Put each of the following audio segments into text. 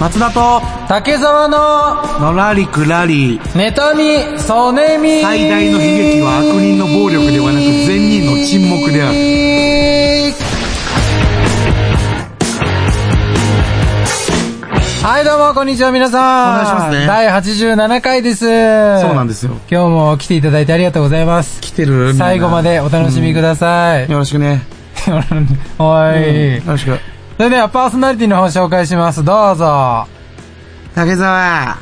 松田と竹沢ののらりくらり妬み、そねみ。最大の悲劇は悪人の暴力ではなく善人の沈黙であるはい、どうも、こんにちは、皆さん。お願いしますね第87回です。そうそうなんでですよす。今日も来ていただいてありがとうございます。来てるみんな最後までお楽しみください。よろしくね、はい。よろしくそれでは、パーソナリティの方紹介します。どうぞ。竹澤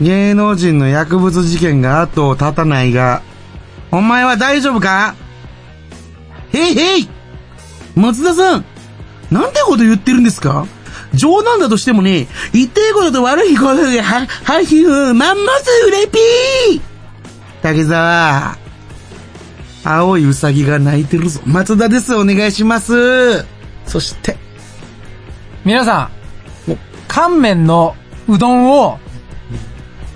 芸能人の薬物事件が後を絶たないがお前は大丈夫かへいへい松田さんなんてこと言ってるんですか冗談だとしてもね、言っていいことと悪いことで、は、はひゅー、まんますうれぴー竹沢、青いウサギが泣いてるぞ。松田です、お願いします。そして、皆さおん、乾麺のうどんを、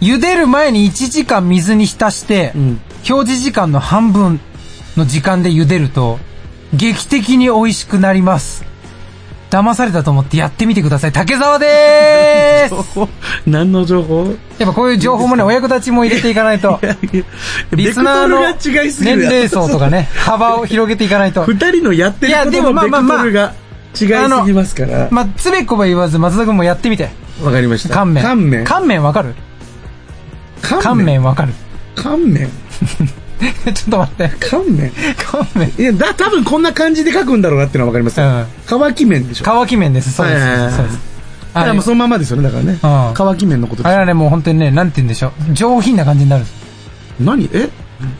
茹でる前に1時間水に浸して、ん 表示時間の半分の時間で茹でると、劇的に美味しくなります。騙されたと思ってやってみてください。竹沢でーす何の情報やっぱこういう情報もね、お役立ちも入れていかない と、リリススナナーーのの年齢層とかね、幅を広げていかないと。二人のやってるいやこでとものまあベまあクまあトルが違いすぎますから。まあ、つべこば言わず、松田くんもやってみて。わかりまし乾麺。乾麺。乾麺わかる乾乾。麺わかる乾麺。 ちょっと待って。乾麺。乾麺。いや、だ、多分こんな感じで書くんだろうなってのはわかりますようん乾き麺でしょ。乾き麺です。そうです。はいはいはいそうです。だあかられもうそのままですよね、だからね。ん乾き麺のことであすれはね、もう本当にね、なんて言うんでしょう。上品な感じになるんです。何え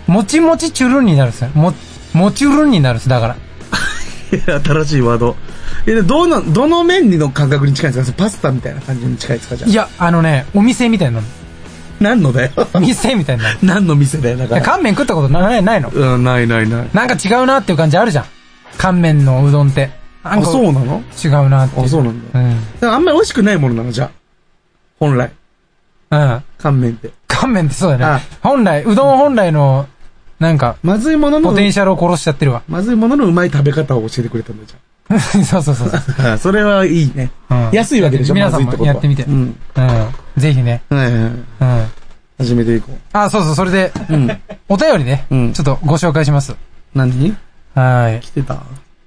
もちもちチュルンになるんですよ。も、もちゅるんになるんです。だから。いや新しいワード。いや、どの、どの麺の感覚に近いんですかパスタみたいな感じに近いですかじゃあい。や、あのね、お店みたいになる。何のだよ。店みたいになる。何の店だよ、だいかやら。乾麺食ったことなないないのうん、ないないない。なんか違うなっていう感じあるじゃん。乾麺のうどんって。なんあ、かそうなの違うなっていう。あ、そうなんだ。うん。だからあんまり美味しくないものなの、じゃあ。本来。うん。乾麺って。乾麺ってそうだあね。本来、うどん本来の、なんか、まずいもののポ、テンシャルを殺しちゃってるわ。 まずいもののうまい食べ方を教えてくれたんだ、じそうそうそうそう。ゃ あ。それはいいね。うん安いわけでしょ、皆まさずんいってこともは。やってみて。ううん。ん。ぜひね。はいはいはい。うん。始めていこあ、そうそう、それで、う。うん。お便りね、うんちょっとご紹介します。何はい。来てた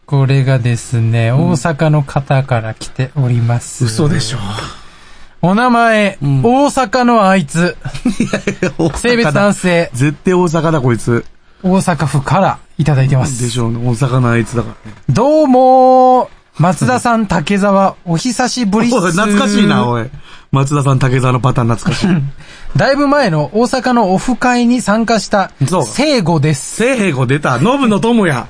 これがですね、大阪の方から来ております。嘘でしょ。お名前、うん大阪のあいつ、性別男性、絶対大阪だ、こいつ。大阪府からいただいてま。ですしょうね。大阪のあいつだからね。どうもー松田さん、竹沢、お久しぶりっす。おい懐かしいな、おい。松田さん、竹沢のパターン懐かし い。だいぶ前の大阪のオフ会に参加したそ、う聖護です。聖子出た。ノブの友 や。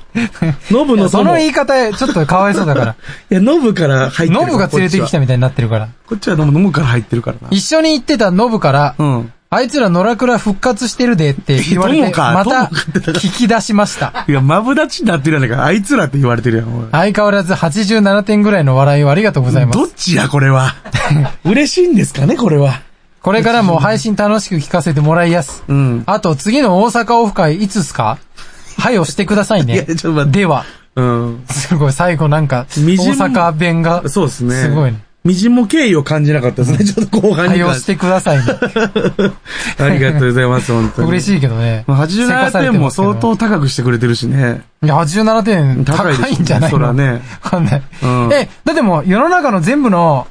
ノブのそ友。の言い方、ちょっとかわいそうだから。いや、ノブから入ってるノブが連れてきたみたいになってるから。こっちは飲むから入ってるからな。一緒に行ってたノブから、うん。あいつら野良倉復活してるでって言われ友て、かま友たか聞き出しました。いや、マブダチになってるやないか。あいつらって言われてるやん、おい相変わらず87点ぐらいの笑いをありがとうございます。どっちや、これ は。嬉しいんですかね、これは。これからも配信楽しく聞かせてもらいやす。うん。あと、次の大阪オフ会いつっすかはよしてくださいいねや、。ちょっと待って。では、うん。すごい、最後なんか、大みじん阪弁が、そうですね。すごいね。みじんも敬意を感じなかったです ね。ちょっと後半はによ関しして。てくださいね。ありがとうございます、本当に。嬉い。しいけどね。まあ、87点も相い当高くしてくれてるしね。や、87点高いです高ねいんじゃないのそらね。わかんない。うんえ、だってもう世の中の全部の、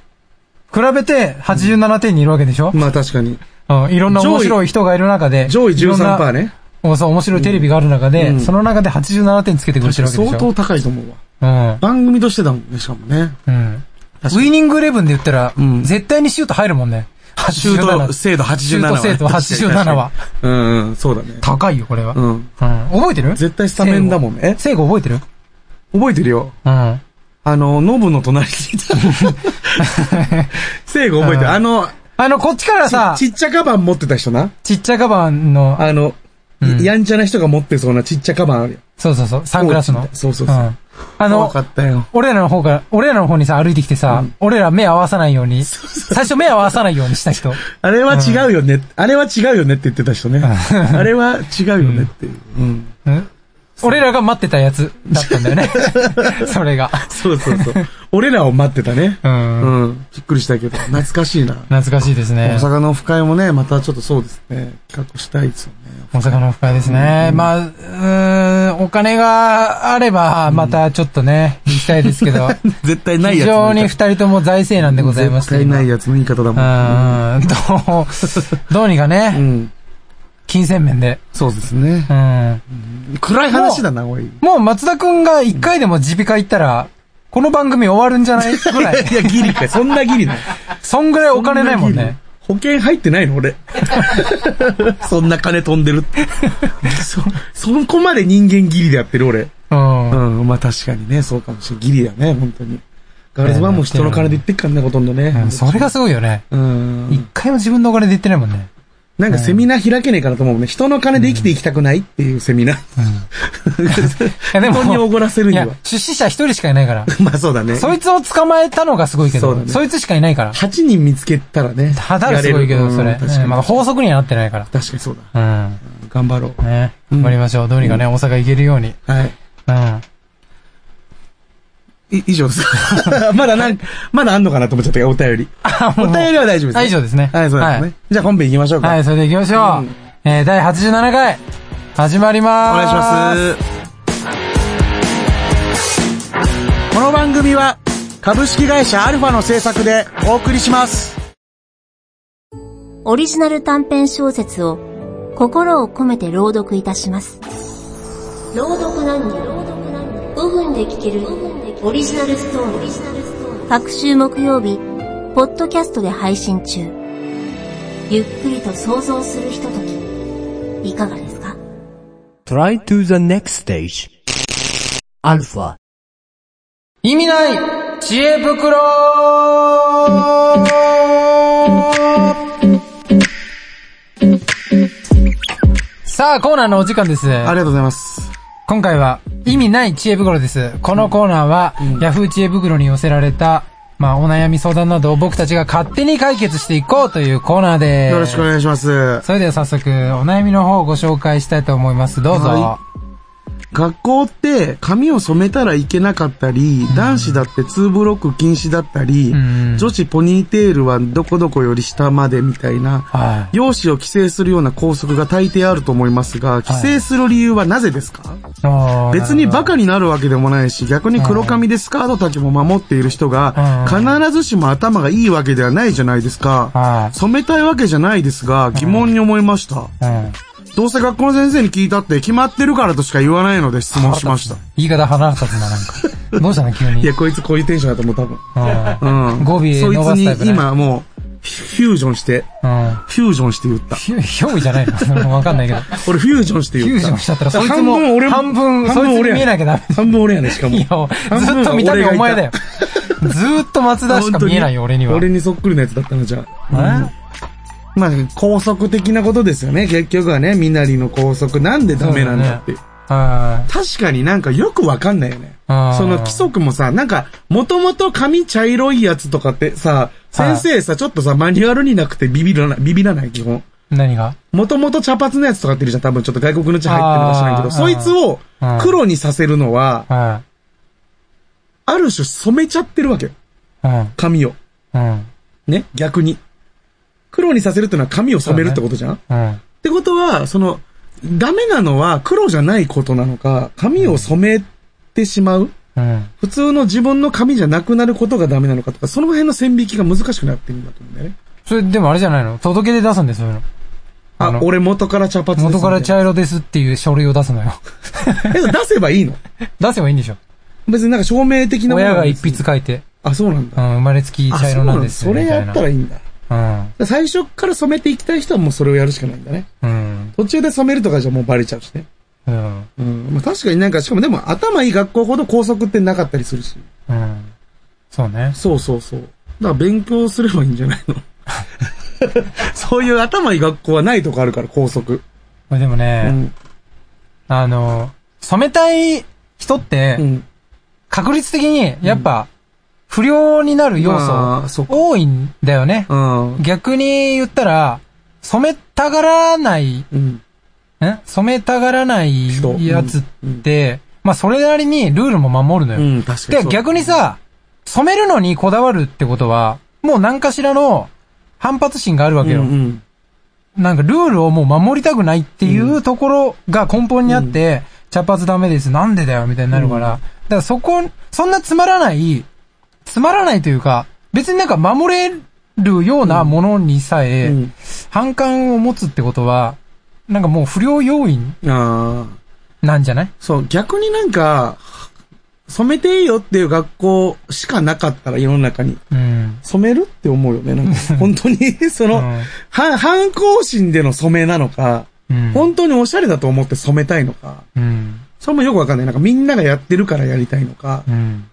比べて87点にいるわけでしょ、まあ確かに。うん、いろんな面白い人がいる中で。上位いろんな13%。ね。おそう、面白いテレビがある中で、うんその中で87点つけてくれてるわけでし相当ょ高いと思うわ。うん。番組としてだもんね、しかもね。うん。ウ確かにィニングイレブンで言ったら、うん絶対にシュート入るもんね。シュート精度87シュート精度87は。うん、うん、そうだね。高いよ、これは。うん。うん。覚えてる絶対スタメンだもんね。え聖護覚えてる覚えてるよ。うん。あの、ノブの隣にいた。聖子覚えてうんる。あの、あの、こっちからさ、ちちっちゃカバン持ってた人な。ちっちゃカバンの、あの、うんやんちゃな人が持ってそうなちっちゃカバンあるよ。そうそうそう、サングラスの。そうそうう。そうんあの怖、かったよ。俺らの方から、俺らの方にさ、歩いてきてさ、うん俺ら目合わさないように、最初目合わさないようにした人。あれは違うよね。あれは違うよねって言ってた人ね。あれは違うよねっていう。うん。 うん俺らが待ってたやつだったんだよね。それが。そうそうそう。俺らを待ってたね。うん。うん。びっくりしたけど、懐かしいな。懐かしいです大ね。阪のオフ会もね、またちょっとそうですね。確保したいですよね。大阪のオフ会ですね。まあ、うーん、お金があれば、またちょっとね、行きたいですけ ど、絶対非常に二人とも財政難でございまし絶て。対ないやつの言い方だもん。今うーん、どう、どうにかうね、ん。金銭面で。そうですね。うん。暗い話だな、おい。いもう松田くんが一回でも耳鼻科行ったら、この番組終わるんじゃ ないぐらい。や、ギリかい。そんなギリない。そんぐらいお金ないもんね。。保険入ってないの俺。 そんな金飛んでるって。そ、そこまで人間ギリでやってる俺。うん。うん、まあ確かにね、そうかもしれん。ギリだね、本当に。ガールズバーも人の金で言ってっからね、ほとんどね。うんそれがすごいよね。うん。一回も自分のお金で行ってないもんね。なんかセミナー開けねえかなと思うね。人の金で生きていきたくないっていうセミナや ー。でも人におごらせるいにやは。、出資者一人しかいな いから。まあそうだね。そいつを捕まえたのがすごいけそうだど、ねそいつしかいないから。 8人見つけたらね。ただですごいけやど、れるそれ。うん確かうんまだに。法則にはなってないか確かにそうだ。ら。うん。頑張ろう。ね。頑張りましょう。どうにかね、大阪行けるように。はい。うん。い以上です。 まだなんか、まだあんのかなと思っちゃったけど、お便り。お便りは大丈夫です、あ以上ですね。はい、そうですね。はいじゃあ本編行きましょうか。はい、それで行きましょう。うんえー、第87回、始まりまお願いしす。ます。この番組は、株式会社アルファの制作でお送りします。オリジナル短編小説を心を込めて朗読いたします。朗読なんに5分で聞けるオリジナルストーリー。各週木曜日、ポッドキャストで配信中。ゆっくりと想像するひととき、いかがですか Try to the next stage. Alpha. 意味ない知恵袋さあ、コーナーのお時間です。ありがとうございます。今回は、意味ない知恵袋です。このコーナーは、ヤフー知恵袋に寄せられた、まあ、お悩み相談などを僕たちが勝手に解決していこうというコーナーです。よろしくお願いします。それでは早速、お悩みの方をご紹介したいと思います。どうぞ。は学校って髪を染めたらいけなかったり、男子だって2ブロック禁止だったり、うん女子ポニーテールはどこどこより下までみたいな、はい。容姿を規制するような校則が大抵あると思いますが、規制する理由はなぜですか、あー別にバカになるわけでもないし、逆に黒髪でスカートたちも守っている人が、う必ずしも頭がいいわけではないじゃないですか。は染めたいわけじゃないですが、疑問に思いました。い。うん。どうせ学校の先生に聞いたって決まってるからとしか言わないので質問しました。言い方腹立つな、なんか。どうしたの急に。いや、こいつこういうテンションだと思う、多分。うん。うん。語尾伸ばすタイそいプねつに今もう、フュージョンして、うん。フュージョンして言った。ひょ、ひょうじゃないのわかんないけど。俺フュージョンしてフ言ューった。ジョンしちゃったら、そいつも、半分俺も半分、そいつに見えなきゃダメ。半分俺やね、しかも。いや、ずっと見た目お前だよ。ずーっと松田しか見えないよ、俺には。俺にそっくりなやつだったの、じゃあ。まあ、高速的なことですよね。結局はね、みなりの高速なんでダメなんだって。えは確かになんかよくわかんないよね。あーその規則もさ、なんか、もともと髪茶色いやつとかってさ、先生さ、ちょっとさ、マニュアルになくてビビらない、ビビらない、基本。い。何がもともと茶髪のやつとかっているじゃん。多分ちょっと外国の血入ってるのか知らんけあーど、そいつをうん黒にさせるのは、はある種染めちゃってるわけよ。い。うん。髪を。うん。ね、逆に。黒にさせるってのは髪を染めるってことじゃん、っうん。てことは、その、ダメなのは黒じゃないことなのか、髪を染めてしまううん。普通の自分の髪じゃなくなることがダメなのかとか、その辺の線引きが難しくなってるんだと思うんだよね。それ、でもあれじゃないの届け出出すんですよ、そういうの。ああの、俺元から茶髪です、元から茶色ですっていう書類を出すのよ。え出せばいいの出せばいいんでしょ。別になんか証明的なもの親はが一別に筆書いて、あ、そうなんうだ。ん、生まれつきあ茶色なんですよ。そうなんだそれやったらみいいんだ。たいな最初から染めていきたい人はもうそれをやるしかないんだね。うん。途中で染めるとかじゃもうバレちゃうしね。うん。うん。うん。まあ、確かになんか、しかもでも頭いい学校ほど校則ってなかったりするし。うん。そうね。そうそうそう。だから勉強すればいいんじゃないの そういう頭いい学校はないとこあるから、校則。でもうね、ん。あの、染めたい人ってう、ん。確率的に、やっぱ、不良になる要まあそ素っ、か多いんだよね。うん。逆に言ったら、染めたがらない、んうん。染めたがらない人うんやつって、まあそれなりにルールも守るのよ。確で、逆にさ、染めるのにこだわるってことは、もう何かしらの反発心があるわけよ。うんなんかルールをもう守りたくないっていうところが根本にあって、茶髪ダメです、なんでだよ、みたいになるから。だからそこ、そんなつまらない、つまらないというか、別になんか守れるようなものにさえ、うん反感を持つってことは、なんかもう不良要因うん。ああ。なんじゃないそう、逆になんか、染めていいよっていう学校しかなかったら世の中に。うん。染めるって思うよね。なんか本当 に、その、うん反、反抗心での染めなのか、うん。本当におしゃれだと思って染めたいのか、うん。それもよくわかんない。なんかみんながやってるからやりたいのか、うん。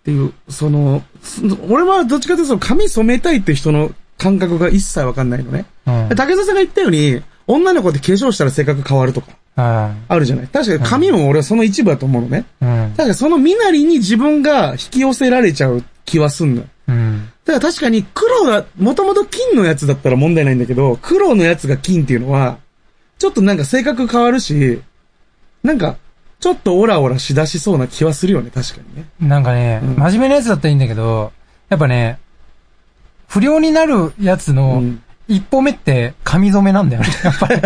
っていう、その、そ俺はどっちかというとその髪染めたいって人の感覚が一切わかんないのね。うん。竹澤さんが言ったように、女の子って化粧したら性格変わるとか、はあるじゃない。確かに髪も俺はその一部だと思うのね。い。うん。だからその身なりに自分が引き寄せられちゃう気はすんのよ。うん。だから確かに黒が、もともと金のやつだったら問題ないんだけど、黒のやつが金っていうのは、ちょっとなんか性格変わるし、なんか、ちょっとオラオラしだしそうな気はするよね、確かにね。なんかね、うん真面目なやつだったらいいんだけど、やっぱね、不良になるやつうのん一歩目って髪染めな んだよね。やっぱり。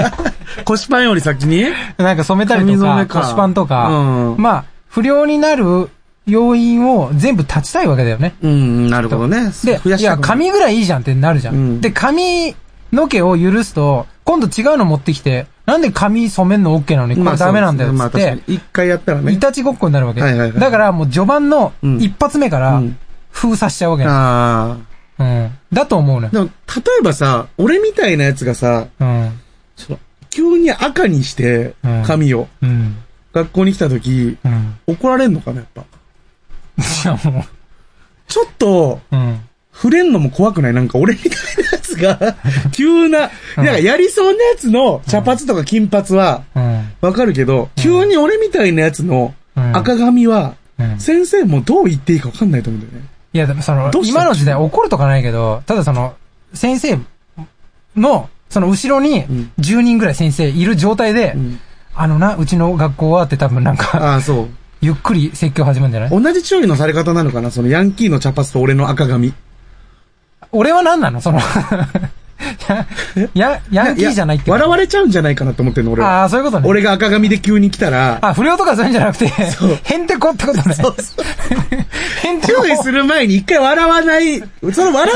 腰パンより先になんか染めたり髪と染か、めか腰パンとか、うん。まあ、不良になる要因を全部断ちたいわけだよね。うん、なるほどね。で、いや、髪髪ぐらいいいじゃんってなるじゃん。うんで、髪の毛を許すと、今度違うの持ってきて、なんで髪染めんの OK なのに、これダメなんだよっつまあっ確かてに、。一回やったらねい。たちごっこになるわけ。はいはいはいだからもう序盤のうん一発目かうらん封鎖しちゃうわけ、ああ。うん。だと思うね。でも、例えばさ、俺みたいなやつがさ、うん。その急に赤にしてうん、髪を、うん。学校に来た時、うん。怒られんのかな、やっぱ。いやもちょっと、う、うん。触れんのも怖くないなんか俺みたいなやつ が、急な、なんかやりそうなやつの茶髪とか金髪は、うん。わかるけど、急に俺みたいなやつのうん赤髪は、うん。先生もどう言っていいかわかんないと思うんだよね。いや、でもそのどう、した今の時代怒るとかないけど、ただその、先生の、その後ろにん10人ぐらい先生いる状態で、んあのな、うちの学校はって多分なんか、ああ、そう。ゆっくり説教始まるんじゃない同じ注意のされ方なのかなそのヤンキーの茶髪と俺の赤髪。俺は何なのその、 や、やヤンキーじゃないってやこと笑われちゃうんじゃないかなと思ってるの、俺は。ああ、そういうことね。俺が赤髪で急に来たら、あ、不良とかそういうんじゃなくて、へんてこってことね。へんてこ。注意する前に一回笑わない、その笑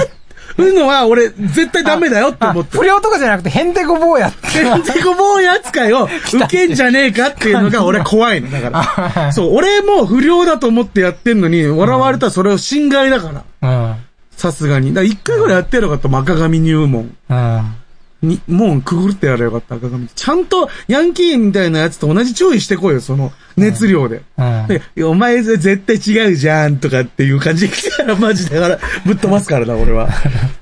うのは俺絶対ダメだよって思 ってあ不。良とかじゃなくて、へんてこ坊やって。ヘンテコ坊や扱いを受けんじゃねえかっていうのが俺怖いの。だから。そう、俺も不良だと思ってやってんのに、笑われたらそれを侵害だから。うん。さすがに。だから一回ぐらいやってやればよかった、赤髪入門。うん。に、門くぐってやればよかった、赤髪。ちゃんと、ヤンキーみたいなやつと同じ注意してこいよ、その、熱量で。うん。で、いやお前絶対違うじゃんとかっていう感じで来たらマジだから、ぶっ飛ばすからな、俺 は。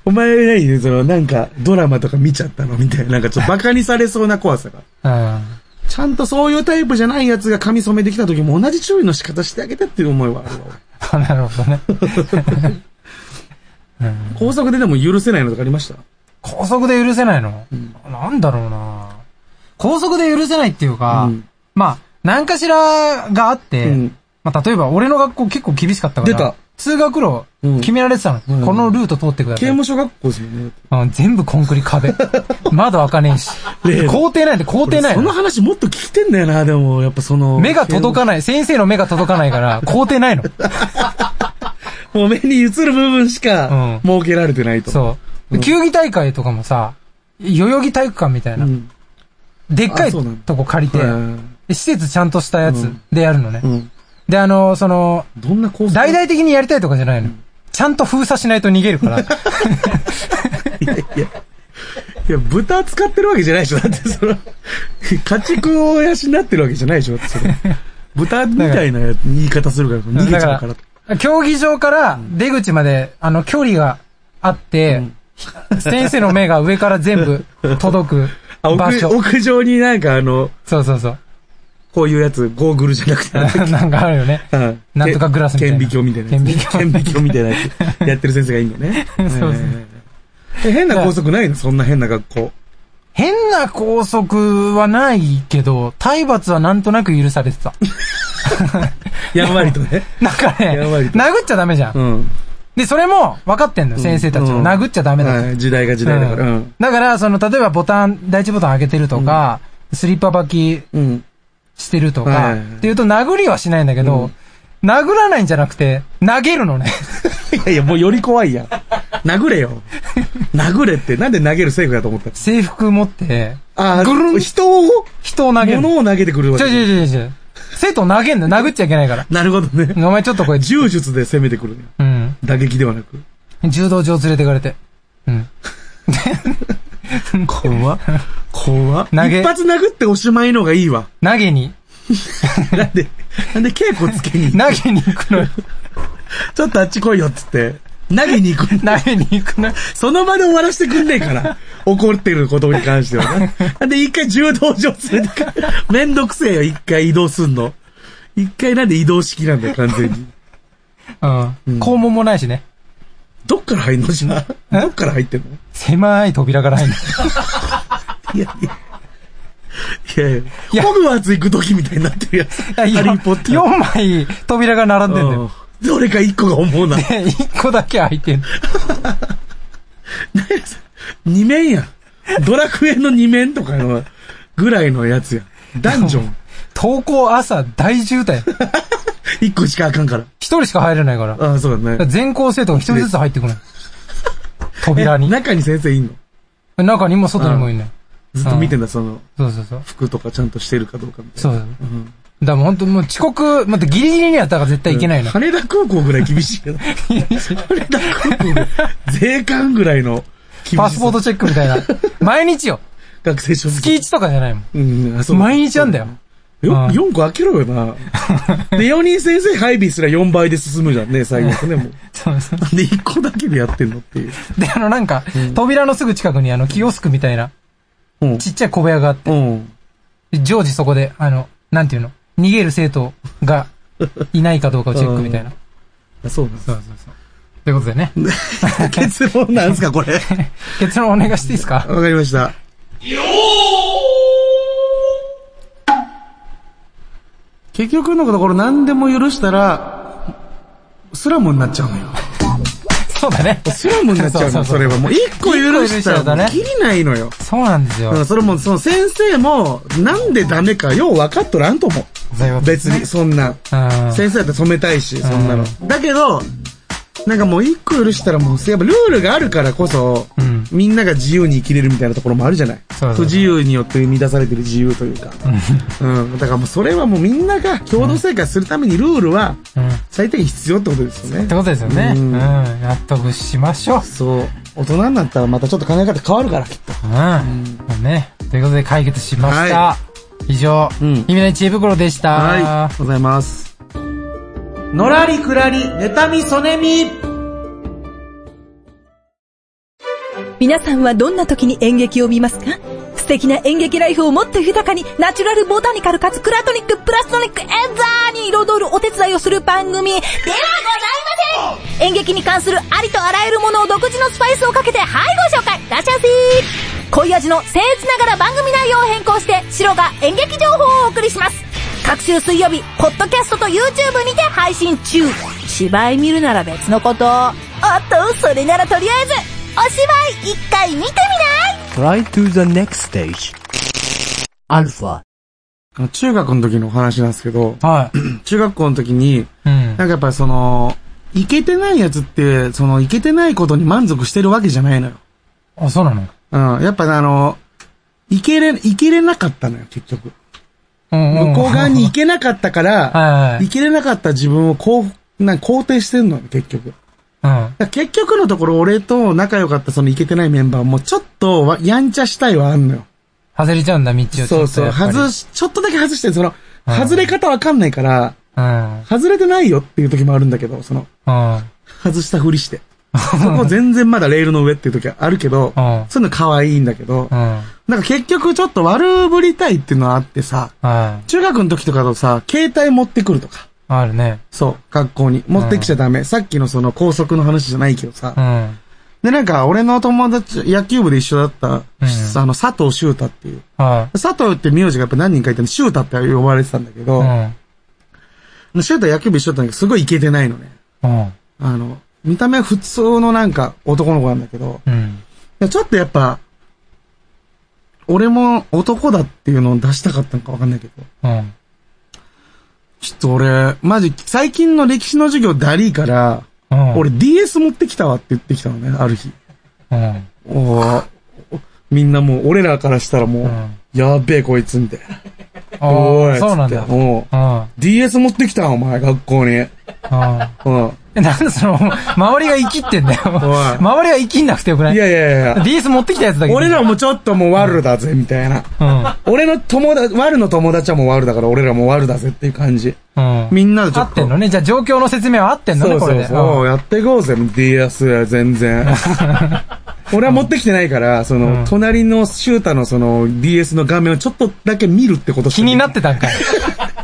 お前何その、なんか、ドラマとか見ちゃったのみたいな、なんかちょっとバカにされそうな怖さが。うん。 ちゃんとそういうタイプじゃないやつが髪染めてきた時も同じ注意の仕方してあげてっていう思いはあるわ。あなる ほどね。高速ででも許せないのとかありました高速で許せないの、なんだろうな高速で許せないっていうか、うんまあ、何かしらがあって、うんまあ、例えば俺の学校結構厳しかったから、出た通学路うん決められてたの。んこのルート通ってくだ刑さい。務所学校ですよね。うん、全部コンクリ壁。窓開かねえ し。例の校庭なんて校庭ないそのの。話もっと聞きてんだよな、でも、やっぱその。目が届かかない。先生の目が届かないから、校庭ないの。もう目に映る部分しうかん、設けられてないと。そう。球技大会とかもさ、代々木体育館みたいな。うん。でっかいあそうなのとこ借りて、うん。で施設ちゃんとしたやつでやるのね。うん。で、あの、その、どんな構大々的にやりたいとかじゃないの。ちゃんと封鎖しないと逃げるか ら。いやいや。いや、豚使ってるわけじゃないでしょ。だってその、家畜を養ってるわけじゃないでしょ。だってそれ豚みたいなや言い方するから、逃げちゃうから。競技場から出口まで、あの、距離があって、先生の目が上から全 部届くあ、場屋所。屋上になんかあの、そうそう そう。こういうやつ、ゴーグルじゃな くて、なんだっけなんかあるよね。うんなんとかグラスみたいな顕微鏡みたいなやつね。顕顕微微鏡みたいなや つ。やってる先生がいいんだね。そうそうえーえ変な校則ないのそんな変な学校。変な拘束はないけど、体罰はなんとなく許されてた。やんわり とね。なんかねやばい、殴っちゃダメじゃん。うん。で、それも分かってんのよ、先生たちうも。ん殴っちゃダメだとはい時代が時代だから。うん。だから、その、例えばボタン、第一ボタン上げてるとか、スリッパ履きうん。してるとはか、いっていうと殴りはしないんだけど、殴らないんじゃなくて、投げるのね。 いやいや、もうより怖いやん。殴れよ。殴れって、なんで投げるセーフだと思った制服持って、ああ、ぐるん人を、人を投げる。物を投げてくるわちけょ。ちょちょちょ。生徒を投げんの殴っちゃいけないから。なるほどね。お前ちょっとこれ、柔術で攻めてくるね。うん。打撃ではなく。柔道場連れてかれて。うん。怖怖投げ一発殴っておしまいのがいいわ。投げに、なんで、なんで稽古つけに、投げに行くのよ。ちょっとあっち来いよっつって、投げに行くんだ。投げに行くのよ。その場で終わらせてくんねえから。怒ってることに関してはね。なんで一回柔道場連れてか、めんどくせえよ、一回移動すんの。一回なんで移動式なんだよ、完全に。うん。肛門もないしね。どっから入んのしなどっから入ってんの狭い扉から入る。いやいや。いやいいやや、ホグワーツ行く時みたいになってるやつ。ハリーポッター。 4枚扉が並んでんだよ。うんどれか一個が思うな。で、1個だけ開いてんの。二面やん。ドラクエの二面とかの、ぐらいのやつやん。ダンジョ ン。投稿朝大渋滞。一個しかあかんから。一人しか入れないから。だかああ、そうだらね。全校生徒が一人ずつ入ってくるの。扉えに。中に先生いんの中にも外にもいんのよ。ずっと見てんだ、その、そうそうそう。服とかちゃんとしてるかどうかみたいな。そうそう。だからもう本当もう遅刻、またギリギリにはだから絶対いけないの。羽田空港ぐらい厳しいけど。羽田空港ぐらい、税関ぐらいの厳 しい。パスポートチェックみたいな。毎日よ。学生証月1とかじゃないもん。うん、あそう毎日あんだよ。よ、うん4個開けろよな。 で、4人先生配備すら4倍で進むじゃんね、最後ね、もう。 そうそう。で、1個だけでやってんのっていう。で、あのなんか、扉のすぐ近くにあの、キオスクみたいな、うん。ちっちゃい小部屋があって、うん。常時そこで、あの、なんていうの、逃げる生徒がいないかどうかをチェックみたいな。あ そうなんですそうそうそう。ということでね、結論なんですか、これ。結論お願いしていいですかわかりました。結局のところ何でも許したら、スラムになっちゃうのよ。そうだね。スラムになっちゃうの、それは。もう一個許した一個許しちゃうとら、ねもうきりないのよ。そうなんですよ。うんそれも、その先生も、なんでダメか、よう分かっとらんと思う。そういうことで別すねに、そんな。うん先生だって染めたいし、そんなの。だけど、なんかもう一個許したらもう、やっぱルールがあるからこそ、んみんなが自由に生きれるみたいなところもあるじゃない。そうそうそう自由によって生み出されてる自由というか。うん。だからもうそれはもうみんなが共同生活するためにルールはうん。っ最低限必要ってことですよねて。ことですよね。う。うんん納得しましょう。そう。大人になったらまたちょっと考え方変わるから、きっと。うん。ね。ということで解決しました。は以上、うん意味ない知恵袋でした。はい。ありがとうございます。のらりくらり、妬みそねみ。皆さんはどんな時に演劇を見ますか素敵な演劇ライフをもっと豊かに、ナチュラルボタニカルかつクラトニック、プラストニック、エンザーに彩るお手伝いをする番組ではございません演劇に関するありとあらゆるものを独自のスパイスをかけて、はいご紹介ラシャシー濃い味の僭越ながら番組内容を変更して、シロが演劇情報をお送りします各週水曜日、ポッドキャストと YouTube にて配信中芝居見るなら別のこと。おっと、それならとりあえず、お芝居一回見てみない Try to the next stage. Alpha. あの中学の時のお話なんですけど、はい。中学校の時に、うん。なんかやっぱりその、いけてないやつって、その、いけてないことに満足してるわけじゃないのよ。あ、そうなのうん。やっぱねあの、いけれ、いけれなかったのよ、結局。うんうん向こう側に行けなかったかはいはら、いいけれなかった自分をこう、なんか肯定してんのよ、結局。だかうん。ら結局のところ、俺と仲良かったそのいけてないメンバーも、ちょっとわ、やんちゃしたいはあんのよ。外れちゃうんだ、道をちょっとそうそやう。っぱり外し、ちょっとだけ外して、その、うん外れ方わかんないから、うん。外れてないよっていう時もあるんだけど、その、うん。外したふり して。そこ全然まだレールの上っていう時はあるけどうん、そういうの可愛いんだけどう、ん。なんか結局ちょっと悪ぶりたいっていうのはあってさ、はい。中学の時とかだとさ、携帯持ってくるとか、あるね。そう、学校に。持ってきちゃダメ。さっきのその高速の話じゃないけどさう、ん。で、なんか、俺の友達、野球部で一緒だった、うんあの、佐藤修太っていう。は佐藤って名字がやっぱ何人かいてんで、修太って呼ばれてたんだけい。ど、うん。修太野球部一緒だったんだけど、すごいイケてないのね。うん。あの、見た目は普通のなんか男の子なんだけど、うん。ちょっとやっぱ、俺も男だっていうのを出したかったのかわかんないけど、うん。ちょっと俺、マジ、最近の歴史の授業だりーから、うん。俺 DS 持ってきたわって言ってきたのね、ある日。うん。おーおみんなもう、俺らからしたらもう、うんやっべえこいつ、みたいな。あおいあ、そうなんつだって。おううん。うん。 DS 持ってきたんお前、学校に。うん。えなんでその、周りが生きってんだよ。おい周りは生きんなくてよくないいやいやいやい や DS 持ってきたやつだけど。俺らもちょっともう悪だぜ、みたいな。うん。俺の友達、悪の友達はもう悪だから、俺らも悪だぜっていう感じ。うん。みんなでち合ょっと。ってんのね。じゃあ状況の説明は合ってんのそね、うこれそうで。そう。やっていこうぜ、DS は全 然。俺は持ってきてないから、その、うん隣のシューターのその DS の画面をちょっとだけ見るってことしか気になってたんかい。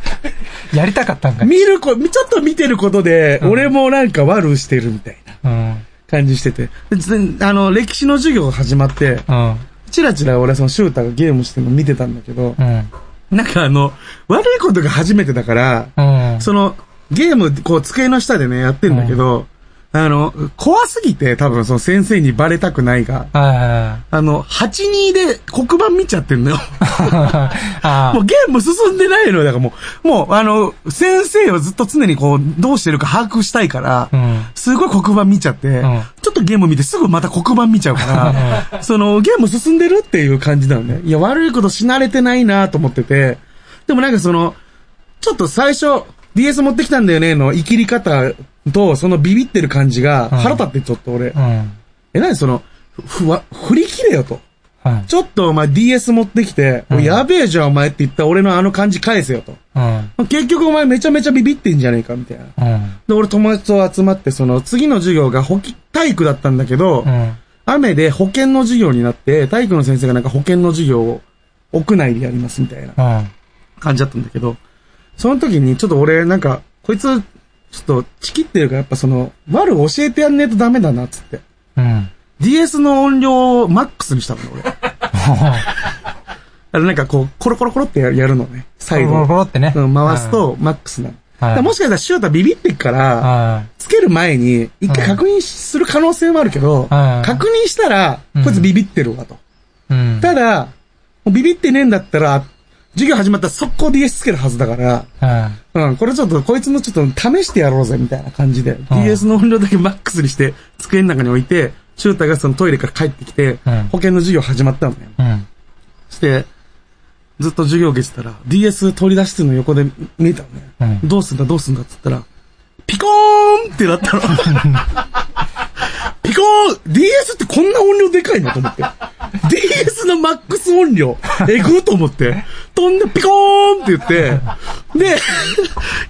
やりたかったんかい。見るこ、ちょっと見てることで、俺もなんか悪してるみたいなうん。感じしてて。でつあの、歴史の授業が始まって、うん。チラチラ俺はそのシューターがゲームしてるの見てたんだけどう、ん。なんかあの、悪いことが初めてだから、うん。その、ゲーム、こう、机の下でね、やってんだけど、あの、怖すぎて、多分その先生にバレたくないが、ああの、82で黒板見ちゃってんのよ。あ。あ もうゲーム進んでないのよ。だからもう、もう、あの、先生をずっと常にこう、どうしてるか把握したいから、あ。うん。すごい黒板見ちゃって、んちょっとゲーム見てすぐまた黒板見ちゃうから、その、ゲーム進んでるっていう感じなのね。いや、悪いことし慣れてないなと思ってて、でもなんかその、ちょっと最初、DS 持ってきたんだよねの、生きり方と、そのビビってる感じが、腹立ってちょっと俺、うん。え、なにその、ふふわ、振り切れよと。はい。ちょっとお前 DS 持ってきて、やべえじゃんお前って言った俺のあの感じ返せよと。うん。結局お前めちゃめちゃビビってんじゃねえかみたいな。うん。で、俺友達と集まって、その次の授業が保健体育だったんだけど、うん。雨で保健の授業になって、体育の先生がなんか保健の授業を屋内でやりますみたいなうん。感じだったんだけど、その時にちょっと俺なんか、こいつ、ちょっと、チキってるからやっぱその、悪教えてやんねえとダメだな、つって。うん。 DS の音量をマックスにしたのね、俺。あれなんかこう、コロコロコロってややるのね。コ最ロコ後。ロってね。うん回す。とマックスなの。だからもしかしたらシュータビビってっから、あつける前に、一回確認しする可能性もあるけど、確認したら、こいつビビってるわと。うん。ただ、もうビビってねえんだったら、授業始まったら速攻 DS つけるはずだから、うん。うん、これちょっと、こいつのちょっと試してやろうぜ、みたいな感じで、DS の音量だけマックスにして、机の中に置いて、シューターがそのトイレから帰ってきて、うん保険の授業始まったのね。うん。して、ずっと授業受けてたら、DS 取り出してるの横で見えたのね。うどうすんだどうすんだって言ったら、ピコーンってなったの。ピコーン !DS ってこんな音量でかいのと思って。DS のマックス音量、えぐーと思って、飛んでピコーンって言って、で、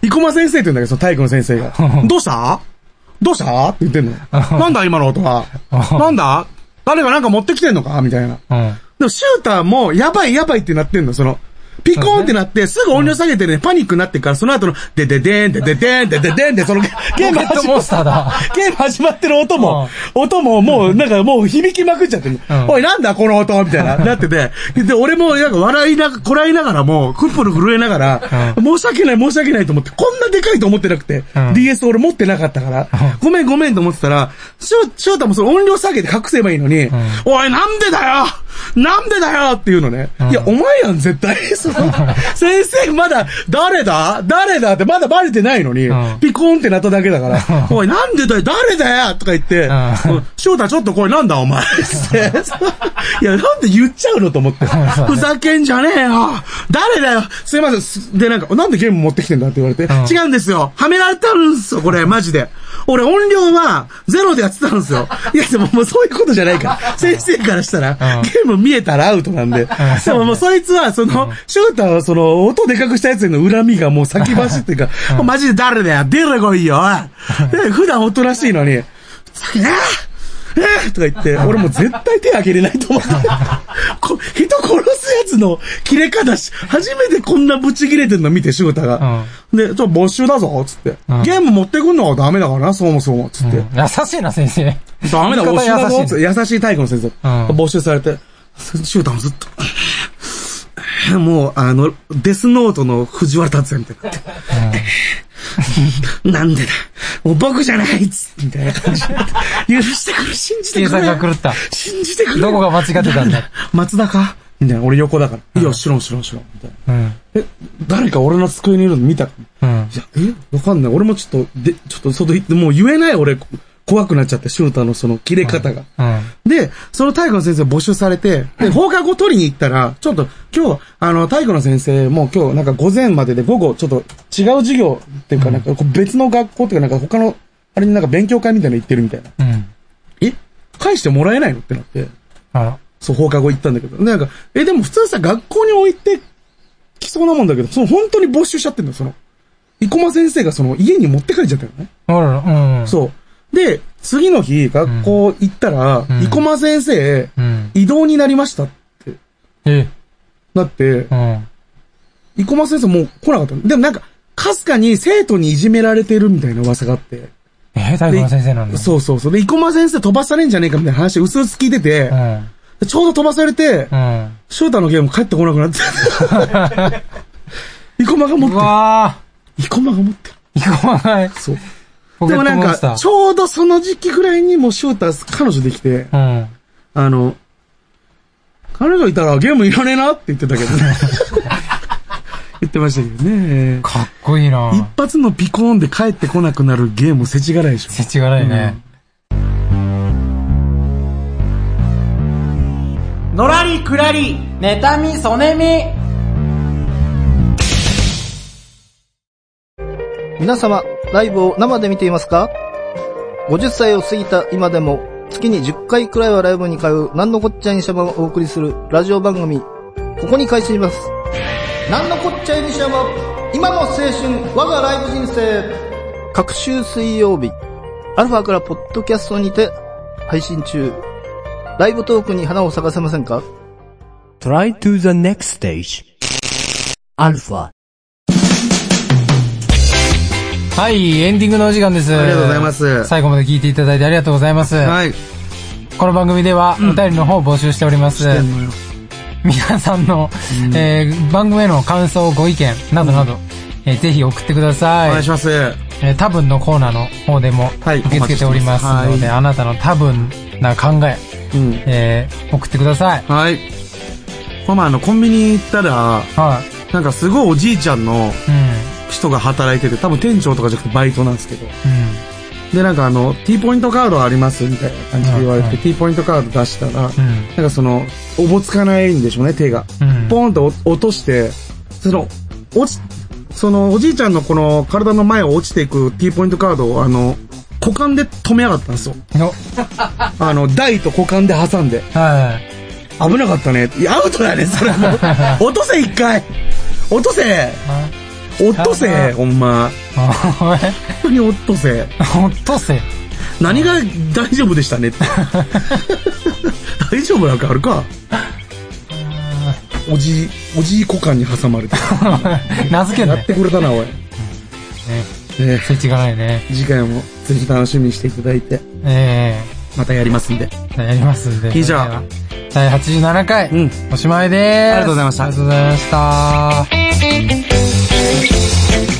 生駒先生って言うんだけど、その体育の先生が。どうしたどうしたって言ってんの。なんだ今の音は。なんだ誰がなんか持ってきてんのかみたいな。うん。でも、シューターも、やばいやばいってなってんの、その、ピコーンってなって、すぐ音量下げてね、パニックになってから、その後の、でででーん、でででーん、でででーんで、その、ゲームポケット始モまンスターだ。ゲーム始まってる音も、音ももう、なんかもう響きまくっちゃってる、んおい、なんだこの音みたいな、なってて。で、俺もなんか笑いなが、こらえながらも、クップル震えながら、申し訳ない申し訳ないと思って、こんなでかいと思ってなくて、うん DS 俺持ってなかったから、ごめんごめんと思ってたら、シュシュータもその音量下げて隠せばいいのに、おい、なんでだよなんでだよっていうのね。いや、お前やん、絶 対。その先生、まだ、誰だ誰だって、まだバレてないのに、うんピコーンってなっただけだから、おい、なんでだよ、誰だよとか言って、うんうん翔太ちょっとこれなんだお 前って。いや、なんで言っちゃうのと思って。ふざけんじゃねえよ誰だよすいませんす。で、なんか、なんでゲーム持ってきてんだって言われて。ん違うんですよはめられてるんですよ、これ、マジで。俺、音量は、ゼロでやってたんですよ。いや、でももうそういうことじゃないから。先生からしたら、ゲーム見えたらアウトなんで。でももう そいつは、その、翔太はその、音でかくしたやつへの恨みがもう先走ってる から、マジで誰だよ出るこいよおいで普段おとなしいのに、ふざけんなえーとか言って、俺もう絶対手あげれないと思 って。こ人殺すやつの切れ方し、初めてこんなブチ切れてんの見て、シュータが。で、ちょっと没収だぞ、つって、んゲーム持ってくんのはダメだからな、そもそも、つって。優しいな、先生。ダメだ、言募い方集だぞ優っしいつって優しい体育の先生。うん募集されて、シュータもずっと。もう、あの、デスノートの藤原達也みたいになって。なんでだもう僕じゃないっつみたいな感じで。許してくれ、信じて計くれ算。が狂った。信じてくれ。どこが間違ってたんだ。松田かみたいな。俺横だから。いや、知らん知らん知らん。みたいな。うん。え、誰か俺の机にいるの見たかうんい。や、えわかんない。俺もちょっと、で、ちょっと外行って、もう言えない俺、こ怖くなっちゃって、シューターのその切れ方が。うん。で、その体育の先生募集されて、で、放課後取りに行ったら、ちょっと今日、あの、体育の先生も今日なんか午前までで午後ちょっと違う授業っていうかなんかこう別の学校っていうかなんか他の、あれになんか勉強会みたいなの行ってるみたいな。うん。え返してもらえないのってなって、あら。そう放課後行ったんだけど。でなんか、え、でも普通さ学校に置いてきそうなもんだけど、その本当に募集しちゃってんだよ、その。生駒先生がその家に持って帰っちゃったよね。あらら、うん。そう。で、次の日学校行ったら、ん生駒先生、うん。移動になりましたってえ、なってう、ん。生駒先生もう来なかったの。でもなんか、かすかに生徒にいじめられてるみたいな噂があって。え、大悟の先生なんだ。そうそうそう。で、生駒先生飛ばされんじゃねえかみたいな話、うすうす聞いててう、ん。ちょうど飛ばされてう、ん。翔太のゲーム帰ってこなくなって。生駒が持っうてわる。生駒が持ってる。ー。行こうがない。そう。ポケでッもトなんモンスタか、ちー。ょうどその時期ぐらいにもう翔太、彼女できて、うん。あの、彼女いたらゲームいらねえなって言ってたけどね。言ってましたけどね。かっこいいな一発のピコーンで帰ってこなくなるゲーム世知辛いでしょ。せちがらいね。のらりくらり、妬み、そねみ。皆様、ライブを生で見ていますか ?50 歳を過ぎた今でも、月に10回くらいはライブに通う、なんのこっちゃいにしゃばをお送りするラジオ番組、ここに開始します。なんのこっちゃいにしゃば、今の青春、我がライブ人生。各週水曜日、アルファからポッドキャストにて配信中。ライブトークに花を咲かせませんか Try to the next stage. Alpha. はい、エンディングのお時間です。ありがとうございます最後まで聞いていただいてありがとうございます。はい。この番組では、お便りの方を募集しております。皆さんの、えー番組への感想、ご意見などなど、えーぜひ送ってください。お願いします。はえー多分のコーナーの方でもはい受け付けておりますお待ちのしてで、あなたの多分な考え、えー送ってください。い。この前あの、コンビニ行ったら、はなんかすごいおじいちゃんのい。うん。人が働いてて、多分店長とかじゃなくてバイトなんですけど。うん。で、なんかあの、T ポイントカードありますみたいな感じで言われうんて、うん T ポイントカード出したら、なんうん。かその、おぼつかないんでしょうね、手が。うんポンと落として、その、落ち、そのおじいちゃんのこの体の前を落ちていく T ポイントカードをあの、股間で止めやがったんですよ。よ、あの、台と股間で挟んで。はい。危なかったね。いやアウトだね、それもう。 落とせ、一回。落とせ。落とせ、ほんま。おい、本当に落とせ。ほっとせ。何が大丈夫でしたねって。大丈夫なんかあるかおじい、おじい股間に挟まれて。名付けんやね。っねてくれたな、おい。ねそれ違がないね。次回もぜひ楽しみにしていただいて、えまたやりますんで。えやりますんで。以上それでは。第87回、うんおしまいであす。りがとうございましたありがとうございまし